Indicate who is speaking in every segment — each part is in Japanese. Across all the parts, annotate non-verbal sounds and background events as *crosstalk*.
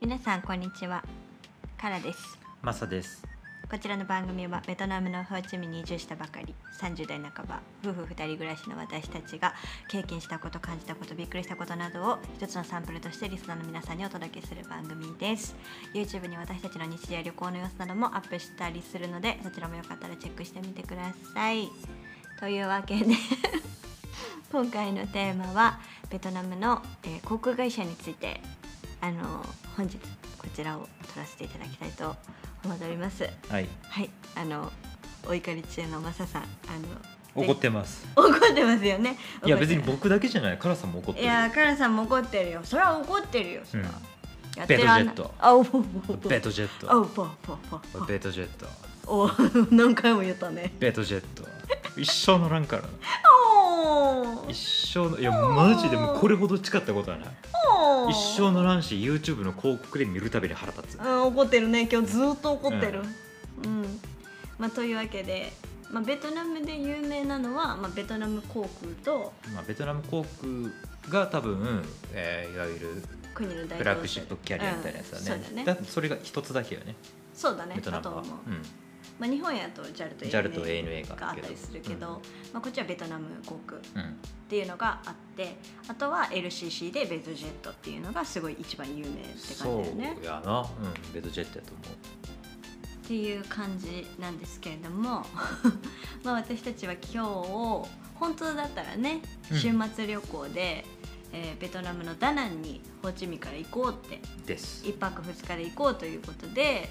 Speaker 1: 皆さんこんにちはカラです
Speaker 2: マサです。
Speaker 1: こちらの番組はベトナムのホーチミンに移住したばかり30代半ば夫婦2人暮らしの私たちが経験したこと感じたことびっくりしたことなどを一つのサンプルとしてリスナーの皆さんにお届けする番組です YouTube に私たちの日常や旅行の様子などもアップしたりするのでそちらもよかったらチェックしてみてくださいというわけで *laughs* 今回のテーマはベトナムの、えー航空会社についてあの本日こちらを撮らせていただきたいと思っております
Speaker 2: はい。
Speaker 1: はい、あのお怒り中のマサさん、あの
Speaker 2: 怒ってます。
Speaker 1: 怒ってますよね。
Speaker 2: いや別に
Speaker 1: 怒っ
Speaker 2: 僕だけじゃない。カラさんも怒ってて
Speaker 1: る。い
Speaker 2: る。
Speaker 1: やカラさんも怒ってるよ。それは怒ってるよ。それはやって
Speaker 2: ベトジ
Speaker 1: ら
Speaker 2: ェ
Speaker 1: んな
Speaker 2: ッ
Speaker 1: い
Speaker 2: ト。
Speaker 1: あ、おぽおぽおぽ。
Speaker 2: ベトジェッ
Speaker 1: あ、お
Speaker 2: ト。
Speaker 1: ぽおぽおぽおぽ。
Speaker 2: ベトジェット。
Speaker 1: お、何回も言ったね。
Speaker 2: ベトジェット。一生乗らんからな。
Speaker 1: おー
Speaker 2: 一生のいやマジでもうこれほど誓ったことはない。
Speaker 1: おー。
Speaker 2: 一生乗らんし YouTube の広告で見るたびに腹立つ。
Speaker 1: うん、怒ってるね。今日ずーっと怒ってる。うん。まあというわけで、まあベトナムで有名なのは、まあベトナム航空と
Speaker 2: まあベトナム航空が多分、えーいわゆる
Speaker 1: 国の代表
Speaker 2: フラッグシップキャリアみたいなやつだね。
Speaker 1: うんそうだね
Speaker 2: ってそれが一つだけよね。
Speaker 1: そうだね
Speaker 2: ベ。トナ
Speaker 1: だ
Speaker 2: ム
Speaker 1: と
Speaker 2: は。
Speaker 1: 思う。
Speaker 2: うん。
Speaker 1: まあ、日本やと JAL と
Speaker 2: JAL と
Speaker 1: ANA
Speaker 2: ANA が
Speaker 1: があ
Speaker 2: あ
Speaker 1: っ
Speaker 2: るけど
Speaker 1: たりするけど、
Speaker 2: うん
Speaker 1: まあ、こっちはベトナム航空っ
Speaker 2: うん。
Speaker 1: ていうのがあってあとは LCC でベトジェットっていうのがすごい一番有名って感じだよね
Speaker 2: そうやな。うん。ベトジェットやと思う。
Speaker 1: っていう感じなんですけれども *laughs* まあ私たちは今日を本当だったらね
Speaker 2: うん
Speaker 1: 週末旅行で、えーベトナムのダナンにホーチミンから行こうって
Speaker 2: です。
Speaker 1: 1泊2日で行こうということで、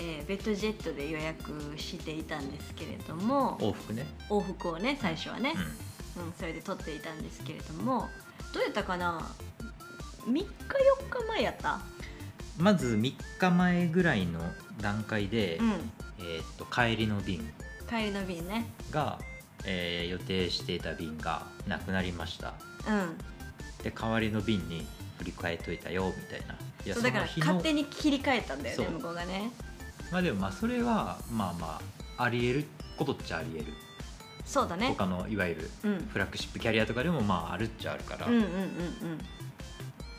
Speaker 1: えーベトジェットで予約していたんですけれども
Speaker 2: 往復ね。
Speaker 1: 往復をね最初はね、
Speaker 2: うん。
Speaker 1: うん、それで撮っていたんですけれどもどうやったかな3日4日前やった
Speaker 2: まず3日前ぐらいの段階で、
Speaker 1: うん
Speaker 2: えーっと帰りの便
Speaker 1: 帰りの便ね
Speaker 2: が、えー予定していた便がなくなりました
Speaker 1: う
Speaker 2: で代わりの便に振り替えといたよみたいない
Speaker 1: んそうだから勝手
Speaker 2: に
Speaker 1: に切り替えたんだよね
Speaker 2: そう
Speaker 1: 向こうがね
Speaker 2: まあでもまあそれはまあまあありえることっちゃありえる
Speaker 1: そうだね
Speaker 2: 他のいわゆる
Speaker 1: うん
Speaker 2: フラッグシップキャリアとかでもまああるっちゃあるから、
Speaker 1: うんうんうんうん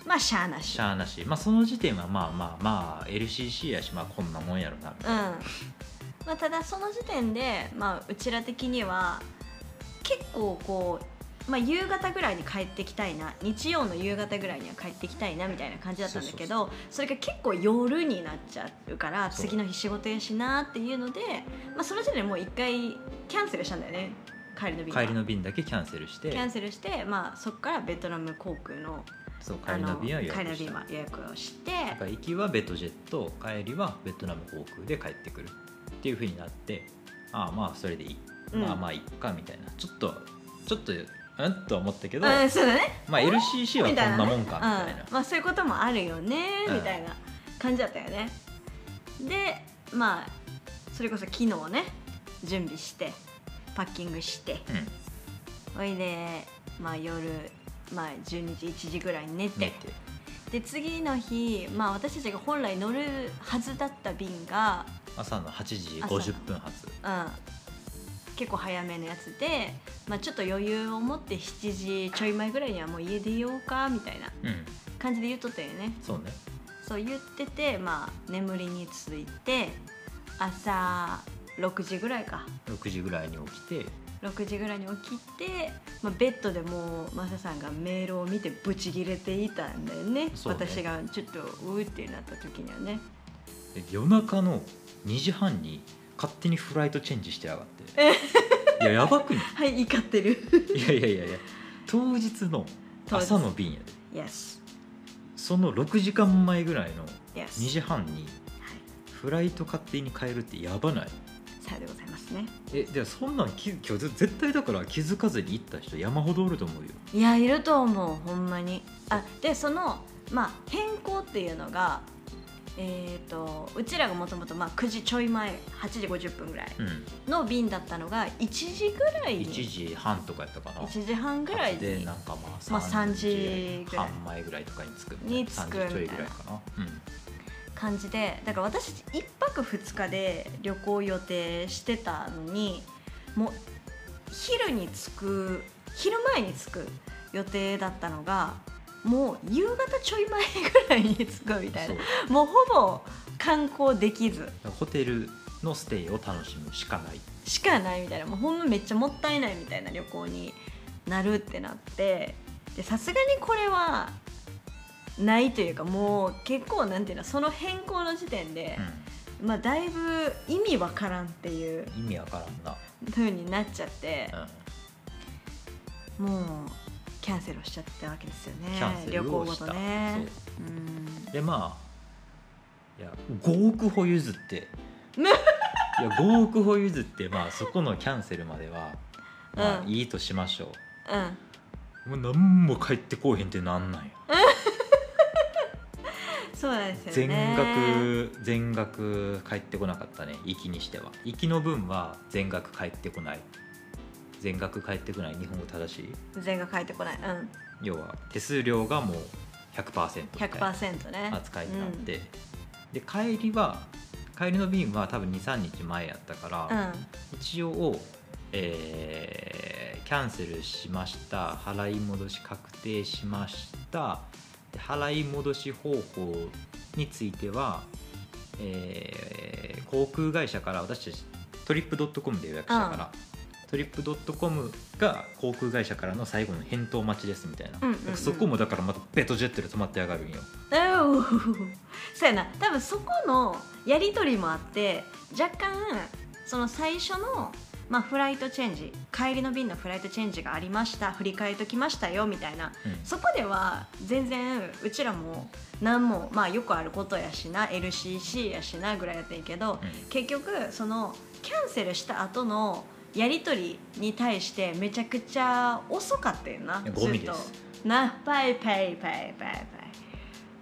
Speaker 1: まあしゃあなし
Speaker 2: しゃあなし、まあ、その時点はまあまあまあ LCC やしまあこんなもんやろなみ
Speaker 1: うん
Speaker 2: たいな、
Speaker 1: まあ、ただその時点で、まあ、うちら的には結構こう、まあ、夕方ぐらいに帰ってきたいな日曜の夕方ぐらいには帰ってきたいなみたいな感じだったんだけどそれが結構夜になっちゃうから
Speaker 2: そう
Speaker 1: 次の日仕事やしなっていうので、まあ、その時点でもう一回キャンセルしたんだよね帰りの便は
Speaker 2: 帰りの便だけキャンセルして
Speaker 1: キャンセルして、まあ、そこからベトナム航空の
Speaker 2: そう帰
Speaker 1: あ
Speaker 2: りの
Speaker 1: の
Speaker 2: 便は予
Speaker 1: 帰り
Speaker 2: 約
Speaker 1: の
Speaker 2: し
Speaker 1: 便
Speaker 2: た
Speaker 1: は予約をして
Speaker 2: だから行きはベトジェット帰りはベトナム航空で帰ってくるっていう風になってああまあそれでいい、
Speaker 1: うん
Speaker 2: まあまあいっかみたいなちょっとちょっとうんとは思ったけど、
Speaker 1: うんそうだね
Speaker 2: まあ LCC はこんなもんかみたいな
Speaker 1: うん、まあそういうこともあるよね
Speaker 2: うん
Speaker 1: みたいな感じだったよね、でまあそれこそ昨日ね準備してパッキングして
Speaker 2: うん
Speaker 1: おいでまあ夜まあ12時1時ぐらいに寝て
Speaker 2: 寝て
Speaker 1: で次の日まあ私たちが本来乗るはずだった便が、
Speaker 2: 朝の8時50分発
Speaker 1: うん、結構早めのやつで、まあ、ちょっと余裕を持って7時ちょい前ぐらいにはもう家出ようかみたいな
Speaker 2: うん
Speaker 1: 感じで言っとったよね
Speaker 2: そうね
Speaker 1: そう言ってて、まあ、眠りについて朝6時ぐらいか
Speaker 2: 6時ぐらいに起きて
Speaker 1: 6時ぐらいに起きて、まあ、ベッドでもうマサさんがメールを見てブチギレていたんだよね
Speaker 2: そうね
Speaker 1: 私がちょっとうーってなった時にはね *laughs*
Speaker 2: で夜中の2時半に勝手にフライトチェンジしてやがって *laughs* いややばくね
Speaker 1: はい怒ってる
Speaker 2: *laughs* いやいやいやいや当日の朝の便やで
Speaker 1: Yes
Speaker 2: その6時間前ぐらいの
Speaker 1: Yes
Speaker 2: 2時半に
Speaker 1: はい
Speaker 2: フライト勝手に変えるってやばない
Speaker 1: さようでございますね
Speaker 2: えでもそんなんき今日ぜ絶対だから気づかずに行った人山ほどおると思うよ
Speaker 1: いやいると思うほんまにあでその、まあ、変更っていうのがえー、とうちらがもともと9時ちょい前8時50分ぐらい
Speaker 2: うん
Speaker 1: の便だったのが1時ぐらいに
Speaker 2: 1時半とかやったかな
Speaker 1: 1時半ぐらい
Speaker 2: で
Speaker 1: に
Speaker 2: なんかまあ
Speaker 1: まあ3
Speaker 2: 3
Speaker 1: 時
Speaker 2: 時
Speaker 1: ぐらい
Speaker 2: 半前ぐらいとかに着く
Speaker 1: に着く
Speaker 2: 3時ちょい
Speaker 1: みたいな
Speaker 2: ぐらいかなうん
Speaker 1: 感じでだから私たち1泊2日で旅行を予定してたのにもう昼に着く昼前に着く予定だったのがもう夕方ちょい前ぐらいに着くみたい
Speaker 2: そう
Speaker 1: なもうほぼ観光できず
Speaker 2: ホテルのステイを楽しむしかない
Speaker 1: しかないみたいなもうほんまめっちゃもったいないみたいな旅行になるってなってでさすがにこれはないというかもう結構なんていうのその変更の時点で、まあだいぶ意味わからんっていう
Speaker 2: うん、意味わからんな、
Speaker 1: 風になっちゃって、
Speaker 2: う
Speaker 1: もうキャンセルをしちゃったわけですよね
Speaker 2: ん、キャンセ
Speaker 1: 旅
Speaker 2: ル
Speaker 1: 行
Speaker 2: を
Speaker 1: ご
Speaker 2: した
Speaker 1: とね
Speaker 2: そう
Speaker 1: うん
Speaker 2: でまあいや5億歩譲って
Speaker 1: *laughs*
Speaker 2: い
Speaker 1: ね
Speaker 2: や5億歩譲ってまあそこのキャンセルまではまあ
Speaker 1: うん
Speaker 2: いいとしましょ
Speaker 1: うん
Speaker 2: う、もう何も返ってこうへんってなんなんや
Speaker 1: そうなんですよ
Speaker 2: 全
Speaker 1: ね
Speaker 2: 額全額返ってこなかったね行きにしては行きの分は全額返ってこない全額返ってこない日本語正しい
Speaker 1: 全額返ってこないうん
Speaker 2: 要は手数料がもう100%みたいな
Speaker 1: 100%ね
Speaker 2: 扱いになって、で帰りは帰りの便は多分23日前やったから、
Speaker 1: うん
Speaker 2: 一応、えーキャンセルしました払い戻し確定しましたで払い戻し方法については、えー航空会社から私たちトリップドットコムで予約したから、トリップドットコムが航空会社からの最後の返答待ちですみたいな、
Speaker 1: うんうんうん
Speaker 2: だからそこもだからまたベトジェットで止まって上がるんよ
Speaker 1: うん *laughs* そうやな多分そこのやり取りもあって若干その最初の、まあ、フライトチェンジ帰りの便のフライトチェンジがありました振り替えときましたよみたいな
Speaker 2: うん
Speaker 1: そこでは全然うちらも何もまあよくあることやしな LCC やしなぐらいやってんけど、
Speaker 2: うん
Speaker 1: 結局そのキャンセルした後のやり取りに対してめちゃくちゃ遅かったよな
Speaker 2: やゴミ
Speaker 1: ずっと
Speaker 2: です
Speaker 1: なパイパイパイパイパイ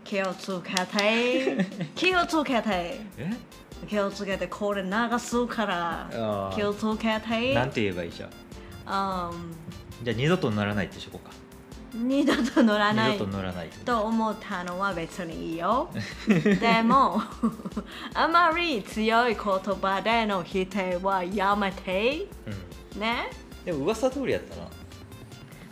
Speaker 1: 気をつけ
Speaker 2: *laughs*
Speaker 1: て気をつけて
Speaker 2: え
Speaker 1: 気をつけてこれ流すから
Speaker 2: あ
Speaker 1: 気を
Speaker 2: ー
Speaker 1: つけて
Speaker 2: なんて言えばいいじゃん
Speaker 1: うん
Speaker 2: じゃあ二度と乗らないってしょこうか
Speaker 1: 二度と乗らない
Speaker 2: 二度と乗らないってこと
Speaker 1: と思ったのは別にいいよ *laughs* でも *laughs* あまり強い言葉での否定はやめて
Speaker 2: うん
Speaker 1: ね
Speaker 2: でも噂通りやったな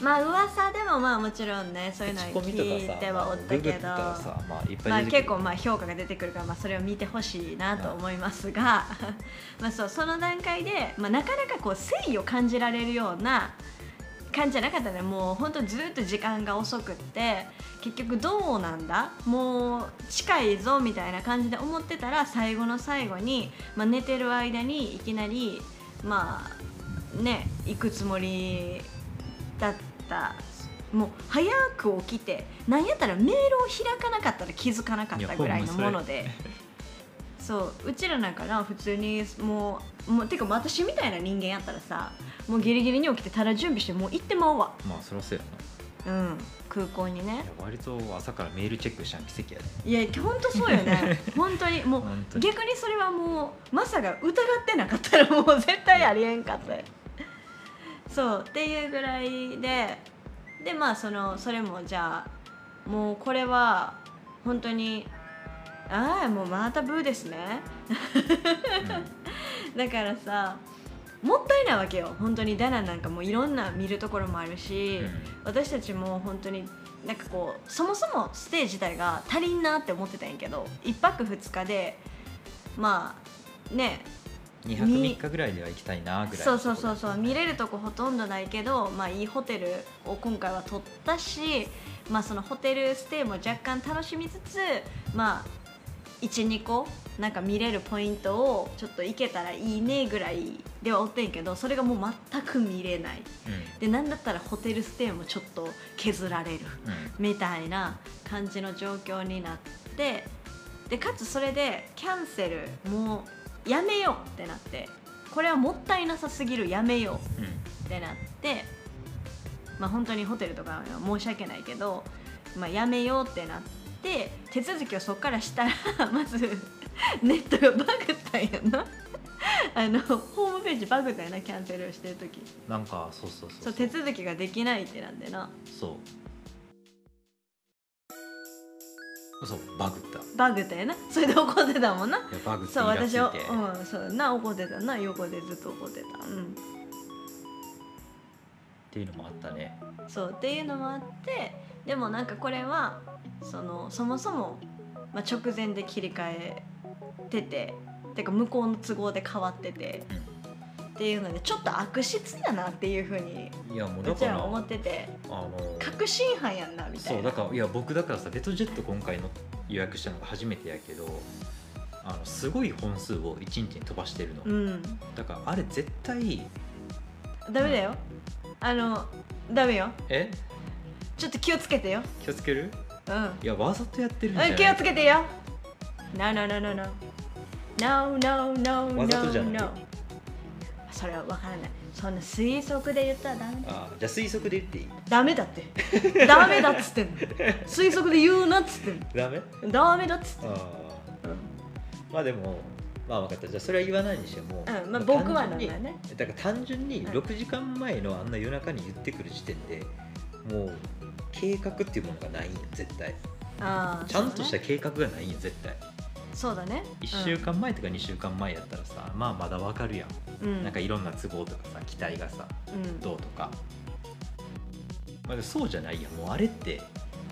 Speaker 1: まあ噂でもまあもちろんねそういうのは
Speaker 2: 口コミと
Speaker 1: 聞い
Speaker 2: か
Speaker 1: ては
Speaker 2: さ、ま
Speaker 1: お
Speaker 2: あ
Speaker 1: っ、
Speaker 2: グ
Speaker 1: た
Speaker 2: グ
Speaker 1: け
Speaker 2: った
Speaker 1: ど
Speaker 2: らさ、まあ、いっぱ
Speaker 1: まあ
Speaker 2: い
Speaker 1: 結
Speaker 2: 出てくる、
Speaker 1: 構まあ評価が出てくるからまあそれを見てほしいなと思いますが *laughs* まあそうその段階で、まあ、なかなかこう誠意を感じられるような感じじゃなかったねもうほんとずっと時間が遅くって結局どうなんだもう近いぞみたいな感じで思ってたら最後の最後に、まあ、寝てる間にいきなりまあね行くつもりだったもう早く起きてなんやったらメールを開かなかったら気づかなかったぐらいのもので。そううちらなんかな普通にもうもうてか私みたいな人間やったらさもうギリギリに起きてただ準備してもう行ってまうわ
Speaker 2: まあそりゃそうや
Speaker 1: うん空港に
Speaker 2: な
Speaker 1: ね
Speaker 2: いや割と朝からメールチェックしたん奇跡やね
Speaker 1: いや本当そうよ *laughs* ね本当にもう *laughs*
Speaker 2: 本当に
Speaker 1: 逆にそれはもうマサが疑ってなかったらもう絶対ありえんかったよそうっていうぐらいででまあそのそれもじゃあもうこれは本当にああもうまたブーですねだからさもったいないわけよ本当にダナンなんかもういろんな見るところもあるし、
Speaker 2: うん、うん
Speaker 1: 私たちも本当になんかこうそもそもステージ自体が足りんなって思ってたんやけど1泊2日でまあね
Speaker 2: 2泊3日ぐらいでは行きたいなぐらい
Speaker 1: そうそうそうそう見れるとこほとんどないけど、まあ、いいホテルを今回は取ったし、まあ、そのホテルステイも若干楽しみつつ、まあ、12個なんか見れるポイントをちょっと行けたらいいねぐらいではおってんけどそれがもう全く見れない
Speaker 2: うん
Speaker 1: でなんだったらホテルステイもちょっと削られる
Speaker 2: うん
Speaker 1: みたいな感じの状況になってでかつそれでキャンセルもうやめようってなってこれはもったいなさすぎるやめよう
Speaker 2: うん
Speaker 1: ってなってまあ本当にホテルとかは申し訳ないけど、まあ、やめようってなって手続きをそこから *laughs* したらまずネットがバグったんやな *laughs* あのホームページバグったんやなキャンセルをしてる時
Speaker 2: なんかそうそうそう
Speaker 1: そう手続きができないってなんでな
Speaker 2: そうそうバグったい
Speaker 1: バグったんやなそれで怒ってたもんな
Speaker 2: やバグって
Speaker 1: そ
Speaker 2: 言
Speaker 1: う
Speaker 2: い
Speaker 1: 私
Speaker 2: 出
Speaker 1: を
Speaker 2: してて、
Speaker 1: うんそうな怒ってたな横でずっと怒ってたうん
Speaker 2: っていうのもあったね
Speaker 1: そうっていうのもあってでもなんかこれはそのそもそも、まあ、直前で切り替えてててか向こうの都合で変わっててっていうのでちょっと悪質だなっていうふうに
Speaker 2: いやもう
Speaker 1: う
Speaker 2: だ
Speaker 1: ち
Speaker 2: からら
Speaker 1: は思
Speaker 2: あ
Speaker 1: ってて
Speaker 2: の
Speaker 1: 確信犯やんなみたい
Speaker 2: そう
Speaker 1: な
Speaker 2: だからいや僕だからさベトジェット今回の予約したのが初めてやけどあのすごい本数を1日に飛ばしてるの、
Speaker 1: うん
Speaker 2: だからあれ絶対
Speaker 1: ダメだよあのダメよ
Speaker 2: え
Speaker 1: ちょっと気をつけてよ
Speaker 2: 気をつける
Speaker 1: うん
Speaker 2: いやわざとやってるんじゃ
Speaker 1: う
Speaker 2: なんい
Speaker 1: 気をつけてよ No no no no no No no no no
Speaker 2: わざとじゃない
Speaker 1: no それは分からないそんな推測で言ったらダメだ
Speaker 2: あじゃあ推測で言っていい
Speaker 1: ダメだってダメだっつってんの推測で言うなっつってん
Speaker 2: ダメ
Speaker 1: のダメだっつってんの
Speaker 2: あーまあでもまあ分かったじゃあそれは言わないにしても、
Speaker 1: うんまあ僕はなん
Speaker 2: 単純に
Speaker 1: だよね
Speaker 2: だから単純に
Speaker 1: うん
Speaker 2: 6時間前のあんな夜中に言ってくる時点でもう計画っていうものがないんよ絶対
Speaker 1: ああ
Speaker 2: ちゃんとした
Speaker 1: た
Speaker 2: 計画がないんよ絶対
Speaker 1: そうだね
Speaker 2: 1週間前とか2週間前やったらさまあまだわかるやん、
Speaker 1: うん
Speaker 2: なんかいろんな都合とかさ期待がさ
Speaker 1: うん
Speaker 2: どうとか、まあ、でもそうじゃないやんもうあれって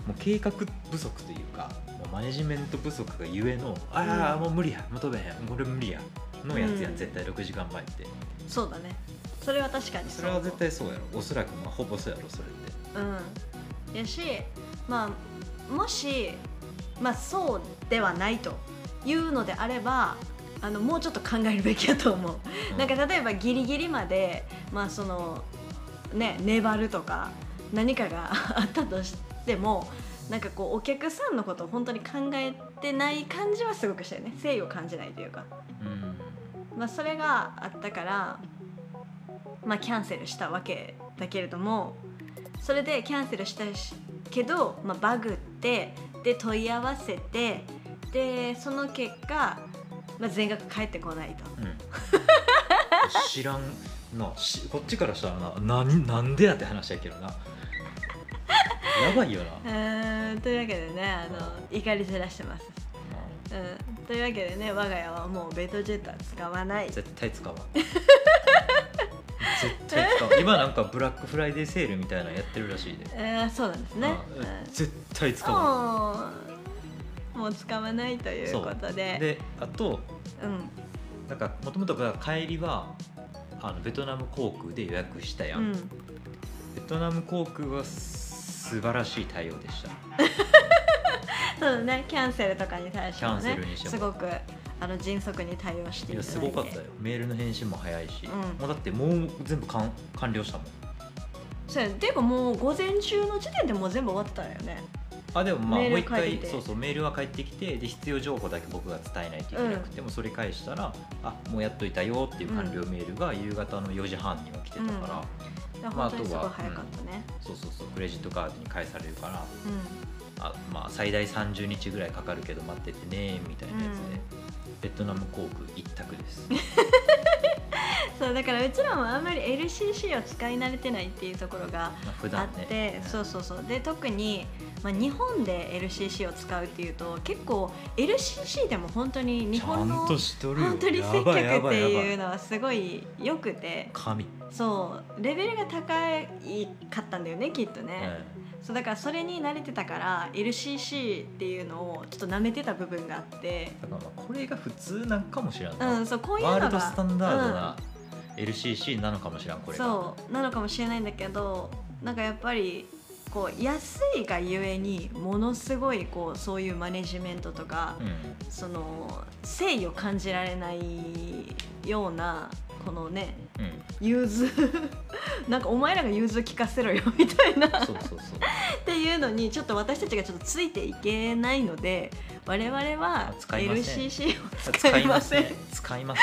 Speaker 2: もう計画不足というかもうマネジメント不足がゆえのああ、
Speaker 1: うん
Speaker 2: もう無理やもう飛べへんこれ無理やのやつやん、
Speaker 1: うん
Speaker 2: 絶対6時間前って
Speaker 1: そうだねそれは確かに
Speaker 2: そうれは絶対そうやろおそらくまあほぼそうやろそれって
Speaker 1: うんやしまあもしまあそうではないというのであればあのもうちょっと考えるべきやと思う、
Speaker 2: うん
Speaker 1: なんか例えばギリギリまでまあそのね粘るとか何かが *laughs* あったとしてもなんかこうお客さんのことを本当に考えてない感じはすごくしたよね誠意を感じないというか、
Speaker 2: うん
Speaker 1: まあ、それがあったから、まあ、キャンセルしたわけだけれどもそれでキャンセルしたしけど、まあ、バグってで問い合わせてでその結果、まあ、全額返ってこないと。
Speaker 2: うん知らん *laughs* なしこっちからしたらな何なんでやって話やけどなやばいよ
Speaker 1: *laughs*
Speaker 2: な、
Speaker 1: うーんというわけでねあの怒り散らしてます、うん、というわけでね我が家はもうベトジェットは使わない
Speaker 2: 絶対使わん絶対使
Speaker 1: *laughs*
Speaker 2: わん今なんかブラックフライデーセールみたいなのやってるらしいで、
Speaker 1: えー、そうなんですね、
Speaker 2: うん絶対
Speaker 1: う
Speaker 2: 使
Speaker 1: ん
Speaker 2: わん
Speaker 1: もうもう使わないということで
Speaker 2: であと
Speaker 1: うん
Speaker 2: なんかもともと帰りはあのベトナム航空で予約したや、
Speaker 1: うんん
Speaker 2: ベトナム航空は素晴らしい対応でした
Speaker 1: そうだねキャンセルとかに対しても
Speaker 2: キャン
Speaker 1: ね
Speaker 2: セルにしても
Speaker 1: すごくあの迅速に対応して
Speaker 2: い
Speaker 1: い
Speaker 2: や
Speaker 1: ただいて
Speaker 2: すごかったよメールの返信も早いし、
Speaker 1: うん
Speaker 2: もうだってもう全部かん完了したもん
Speaker 1: そうやねていうかもう午前中の時点でもう全部終わってたよね
Speaker 2: あでもまあ
Speaker 1: メール
Speaker 2: もう一
Speaker 1: 返って
Speaker 2: 回
Speaker 1: きて
Speaker 2: そうそうメールは返ってきてで必要情報だけ僕が伝えないといけなくて、もそれ返したらあもうやっといたよっていう完了メールが夕方の4時半には来てたから、
Speaker 1: だか
Speaker 2: ま
Speaker 1: ら
Speaker 2: あ
Speaker 1: 本
Speaker 2: あ
Speaker 1: 当
Speaker 2: とは
Speaker 1: にすごい早かったね、
Speaker 2: そうそうそうクレジットカードに返されるから
Speaker 1: うん
Speaker 2: あ、まあ、最大30日ぐらいかかるけど待っててねみたいなやつで、ベトナム航空一択です
Speaker 1: *laughs* そうだからうちらもあんまり LCC を使い慣れてないっていうところが
Speaker 2: まあ普
Speaker 1: あ
Speaker 2: 段
Speaker 1: っ
Speaker 2: ね
Speaker 1: て、そうそうそうで特に、まあ、日本で LCC を使うっていうと結構 LCC でも本当に日
Speaker 2: ちゃ
Speaker 1: 本の
Speaker 2: んと
Speaker 1: 本
Speaker 2: しとるよ
Speaker 1: 当に接
Speaker 2: やば
Speaker 1: 客っ
Speaker 2: いやばい
Speaker 1: て
Speaker 2: やば
Speaker 1: いう
Speaker 2: い
Speaker 1: のはすごい良くて
Speaker 2: 神、
Speaker 1: そうレベルが高いかったんだよねきっとね、そうだからそれに慣れてたから LCC っていうのをちょっと舐めてた部分があって
Speaker 2: うんだからまあこれが普通なんかもしらん
Speaker 1: う
Speaker 2: な、
Speaker 1: んそうこういうのが
Speaker 2: ワールドスタンダードな LCC なのかもしらんこれが
Speaker 1: そうなのかもしれないんだけどなんかやっぱりこう安いがゆえにものすごいこうそういうマネジメントとか、
Speaker 2: うん
Speaker 1: その誠意を感じられないようなこのね
Speaker 2: うん、
Speaker 1: 融通 *laughs* なんかお前らが融通聞かせろよみたいなっ
Speaker 2: そうそうそう。
Speaker 1: ていうのにちょっと私たちがちょっとついていけないので我々は
Speaker 2: 使いません
Speaker 1: LCC を *laughs* 使いません
Speaker 2: ね。使いませ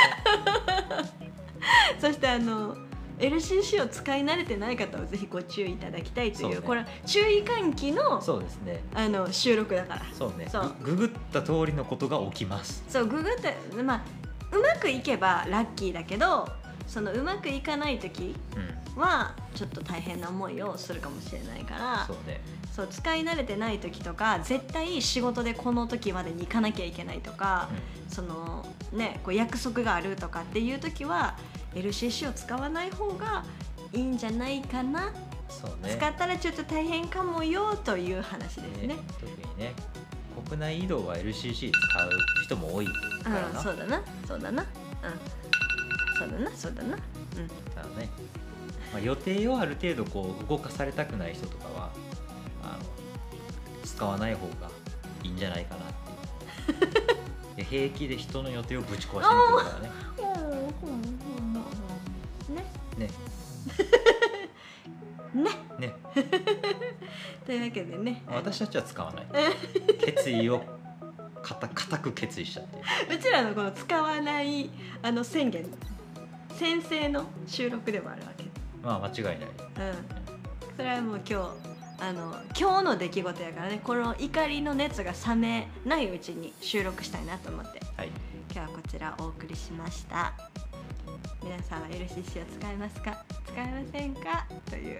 Speaker 1: そしてあの LCC を使い慣れてない方はぜひご注意いただきたいという
Speaker 2: そうね
Speaker 1: これは注意喚起の
Speaker 2: ん。そうですね。
Speaker 1: あの収録だから
Speaker 2: そうね。
Speaker 1: そう
Speaker 2: ググった通りのことが起きます。
Speaker 1: そうググって、まあ、うまくいけばラッキーだけどそのうまくいかない時
Speaker 2: うん。
Speaker 1: はちょっと大変な思いをするかもしれないから
Speaker 2: そうね。
Speaker 1: そう使い慣れてない時とか絶対仕事でこの時までに行かなきゃいけないとか、そのねこう約束があるとかっていう時は LCC を使わない方がいいんじゃないかなっ
Speaker 2: そうね
Speaker 1: 使ったらちょっと大変かもよという話ですね
Speaker 2: ね。特にね国内移動は LCC 使う人も多いから
Speaker 1: うん、
Speaker 2: な
Speaker 1: そうだな、そうだな、うん、そうだな、そうだな、うん。
Speaker 2: だからね、まあ、予定をある程度こう動かされたくない人とかはあの使わない方がいいんじゃないかなっていういや平気で人の予定をぶち壊しに来るからね
Speaker 1: ね、
Speaker 2: ね
Speaker 1: ね、
Speaker 2: ね
Speaker 1: というわけでね、
Speaker 2: 私たちは使わない決意を固固く決意したっていう
Speaker 1: うちらのこの使わないあの宣言、先生の収録でもあるわけ。
Speaker 2: まあ間違い
Speaker 1: う
Speaker 2: ない
Speaker 1: ん、それはもう今日あの今日の出来事やからねこの怒りの熱が冷めないうちに収録したいなと思って
Speaker 2: はい
Speaker 1: 今日はこちらお送りしました皆さんは LCC を使いますか使いませんかという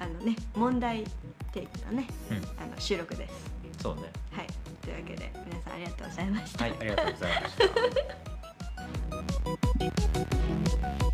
Speaker 1: あのね問題提起のね、
Speaker 2: うん
Speaker 1: あの収録です
Speaker 2: そうね
Speaker 1: はいというわけで皆さんありがとうございました、
Speaker 2: はいありがとうございました